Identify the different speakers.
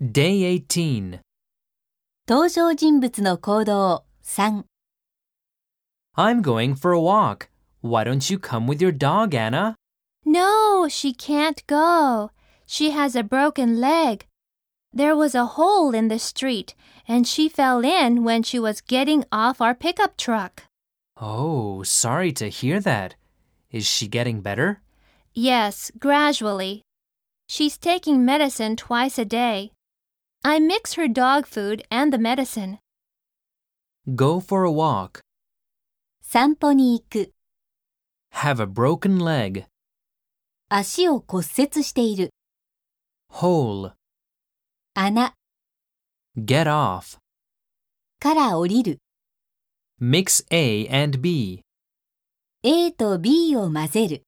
Speaker 1: Day 18.
Speaker 2: 登場人物の行動3
Speaker 1: I'm going for a walk. Why don't you come with your dog, Anna?
Speaker 3: No, she can't go. She has a broken leg. There was a hole in the street, and she fell in when she was getting off our pickup truck.
Speaker 1: Oh, sorry to hear that. Is she getting better?
Speaker 3: Yes, gradually. She's taking medicine twice a day. I mix her dog food and the medicine.
Speaker 1: Go for a walk.
Speaker 2: 散歩に行く
Speaker 1: Have a broken leg.
Speaker 2: 足を骨折している
Speaker 1: Hole.
Speaker 2: 穴
Speaker 1: Get off.
Speaker 2: から降りる
Speaker 1: Mix A and B.
Speaker 2: A と B を混ぜる